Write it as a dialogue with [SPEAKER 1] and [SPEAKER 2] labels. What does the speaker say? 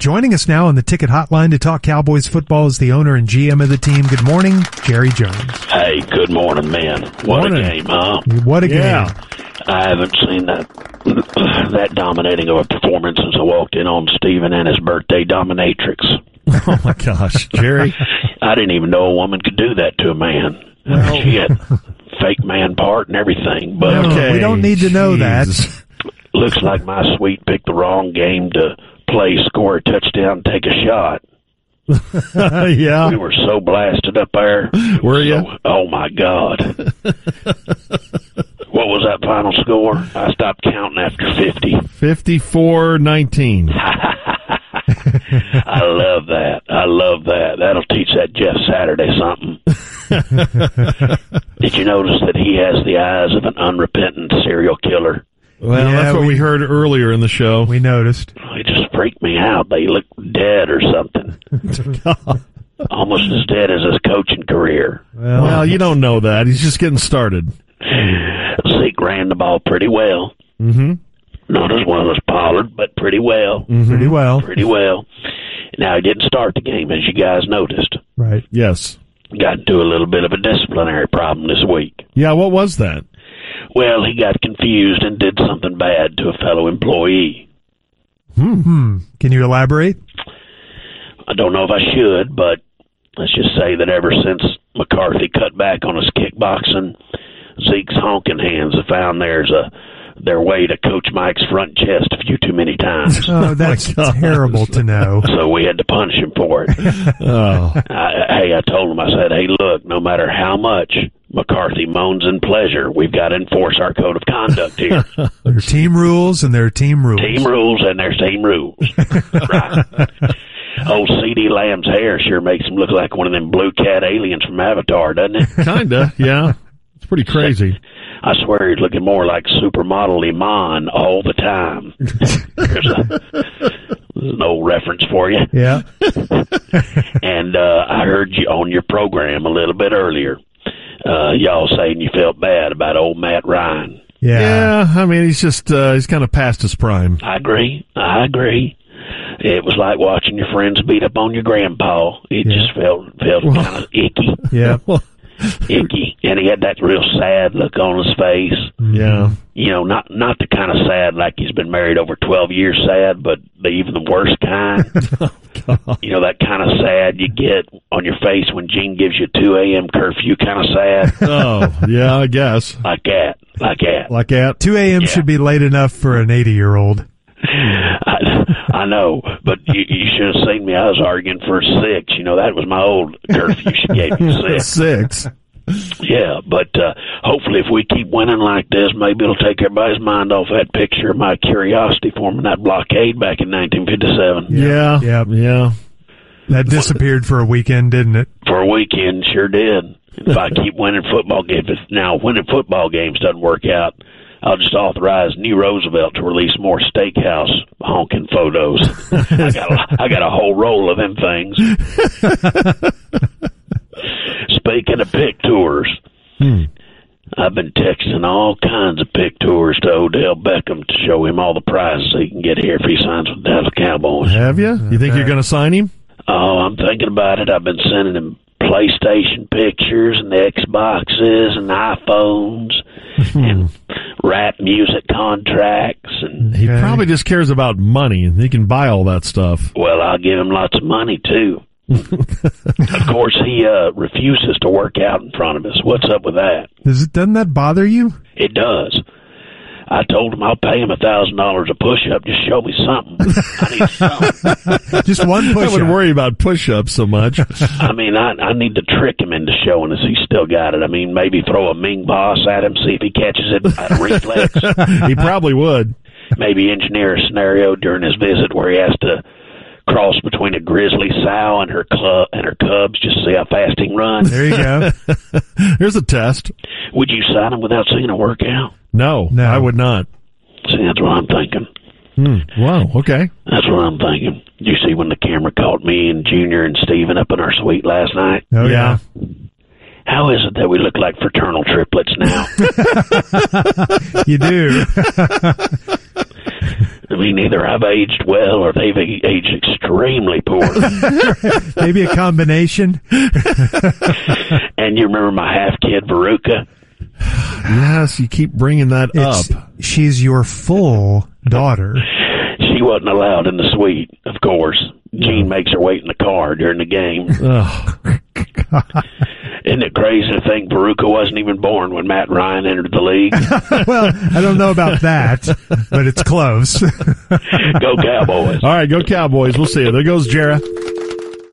[SPEAKER 1] Joining us now on the ticket hotline to talk Cowboys football is the owner and GM of the team. Good morning, Jerry Jones.
[SPEAKER 2] Hey, good morning, man. What
[SPEAKER 1] Morning.
[SPEAKER 2] a game, huh?
[SPEAKER 1] What a
[SPEAKER 3] Yeah.
[SPEAKER 1] game.
[SPEAKER 2] I haven't seen that that dominating of a performance since I walked in on Steven and his birthday dominatrix.
[SPEAKER 3] Oh my gosh, Jerry.
[SPEAKER 2] I didn't even know a woman could do that to a man. She had fake man part and everything, but
[SPEAKER 1] No. we don't need to know that.
[SPEAKER 3] jeez.
[SPEAKER 2] looks like my sweet picked the wrong game to play, score a touchdown, take a shot.
[SPEAKER 3] yeah.
[SPEAKER 2] We were so blasted up there.
[SPEAKER 3] Were you?
[SPEAKER 2] So- oh my God. what was that final score? I stopped counting after 50.
[SPEAKER 3] 54-19.
[SPEAKER 2] I love that. I love that. That'll teach that Jeff Saturday something. Did you notice that he has the eyes of an unrepentant serial killer?
[SPEAKER 3] Well,
[SPEAKER 1] Yeah,
[SPEAKER 3] that's what we,
[SPEAKER 1] we-
[SPEAKER 3] heard earlier in the show.
[SPEAKER 1] We noticed.
[SPEAKER 2] It just freaked me out. They look dead or something. Almost as dead as his coaching career.
[SPEAKER 3] well, you don't know that. He's just getting started.
[SPEAKER 2] Zeke ran the ball pretty well. Mm-hmm. Not as well as Pollard, but pretty well.
[SPEAKER 1] Pretty well.
[SPEAKER 2] Pretty well. Now, he didn't start the game, as you guys noticed.
[SPEAKER 1] Right.
[SPEAKER 3] Yes.
[SPEAKER 2] Got into a little bit of a disciplinary problem this week.
[SPEAKER 3] Yeah, what was that?
[SPEAKER 2] Well, he got confused and did something bad to a fellow employee.
[SPEAKER 1] Can you elaborate?
[SPEAKER 2] I don't know if I should, but let's just say that ever since McCarthy cut back on his kickboxing, Zeke's honking hands have found there's a their way to Coach Mike's front chest a few too many times.
[SPEAKER 1] Oh, that's terrible to know.
[SPEAKER 2] So we had to punish him for it.
[SPEAKER 3] Oh,
[SPEAKER 2] I, hey, I told him, I said, hey, look, no matter how much McCarthy moans in pleasure, we've got to enforce our code of conduct here.
[SPEAKER 1] There are team rules and there are team rules.
[SPEAKER 2] Team rules and there's team rules. right. Old C.D. Lamb's hair sure makes him look like one of them blue cat aliens from Avatar, doesn't it?
[SPEAKER 3] kinda. Yeah. It's pretty crazy.
[SPEAKER 2] I swear he's looking more like supermodel Iman all the time. There's, a, there's an old reference for you.
[SPEAKER 1] Yeah.
[SPEAKER 2] And uh, I heard you on your program a little bit earlier. Uh, y'all saying you felt bad about old Matt Ryan.
[SPEAKER 1] Yeah.
[SPEAKER 3] Yeah, I mean, he's just uh, he's kind of past his prime.
[SPEAKER 2] I agree. I agree. It was like watching your friends beat up on your grandpa. It just felt felt kind of icky,
[SPEAKER 1] Yeah.
[SPEAKER 3] Well,
[SPEAKER 2] icky, and he had that real sad look on his face.
[SPEAKER 3] yeah.
[SPEAKER 2] You know, not not the kind of sad like he's been married over twelve years sad, but the even the worst kind. You know, that kind of sad you get on your face when Gene gives you two a.m. curfew kind of sad,
[SPEAKER 3] Oh, yeah, I guess.
[SPEAKER 2] like that, like that.
[SPEAKER 3] Like that.
[SPEAKER 1] 2 a.m. should be late enough for an 80 year old.
[SPEAKER 2] I, I know, but you, you should have seen me. I was arguing for six. You know, that was my old curfew. She gave me six.
[SPEAKER 3] Six.
[SPEAKER 2] Yeah, but uh, hopefully, if we keep winning like this, maybe it'll take everybody's mind off that picture of my curiosity forming that blockade back in 1957.
[SPEAKER 3] Yeah.
[SPEAKER 1] Yeah.
[SPEAKER 3] Yeah.
[SPEAKER 1] That disappeared for a weekend, didn't it?
[SPEAKER 2] For a weekend, sure did. If I keep winning football games, if now winning football games doesn't work out, I'll just authorize New Roosevelt to release more steakhouse honking photos. I got a, I got a whole roll of them things. Speaking of pick tours, I've been texting all kinds of pick tours to Odell Beckham to show him all the prizes he can get here if he signs with the Dallas Cowboys.
[SPEAKER 3] Have you? You think you're going to sign him?
[SPEAKER 2] Oh, I'm thinking about it. I've been sending him PlayStation pictures and the Xboxes and iPhones and rap music contracts and
[SPEAKER 3] He
[SPEAKER 1] Okay.
[SPEAKER 3] probably just cares about money and he can buy all that stuff.
[SPEAKER 2] well, I'll give him lots of money too. of course, he uh, refuses to work out in front of us. What's up with that?
[SPEAKER 1] Does it doesn't that bother you?
[SPEAKER 2] It does. I told him I'll pay him a thousand dollars a push up. Just show me something. I need something.
[SPEAKER 1] Just one
[SPEAKER 3] I
[SPEAKER 1] push.
[SPEAKER 3] wouldn't worry about push ups so much.
[SPEAKER 2] I mean, I I need to trick him into showing us he's still got it. I mean, maybe throw a Ming boss at him, see if he catches it by the reflex.
[SPEAKER 3] he probably would.
[SPEAKER 2] maybe engineer a scenario during his visit where he has to cross between a grizzly sow and her club and her cubs just to see how fast he can run.
[SPEAKER 1] There you go.
[SPEAKER 3] Here's a test.
[SPEAKER 2] Would you sign him without seeing a workout?
[SPEAKER 3] No,
[SPEAKER 1] No.
[SPEAKER 3] I would not.
[SPEAKER 2] See, that's what I'm thinking.
[SPEAKER 3] Wow. Okay.
[SPEAKER 2] That's what I'm thinking. You see, when the camera caught me and Junior and Steven up in our suite last night,
[SPEAKER 1] Oh, yeah.
[SPEAKER 3] Yeah.
[SPEAKER 2] how is it that we look like fraternal triplets now?
[SPEAKER 1] You do.
[SPEAKER 2] I mean, either I've aged well or they've a- aged extremely poorly.
[SPEAKER 1] Maybe a combination.
[SPEAKER 2] and you remember my half kid Veruca?
[SPEAKER 3] Yes, you keep bringing that
[SPEAKER 1] It's,
[SPEAKER 3] up.
[SPEAKER 1] She's your full daughter.
[SPEAKER 2] She wasn't allowed in the suite, of course. Gene makes her wait in the car during the game.
[SPEAKER 3] Ugh.
[SPEAKER 2] Isn't it crazy to think Veruca wasn't even born when Matt Ryan entered the league?
[SPEAKER 1] well, I don't know about that, but it's close.
[SPEAKER 2] Go Cowboys.
[SPEAKER 3] All right, go Cowboys. We'll see you. There goes Jarrah.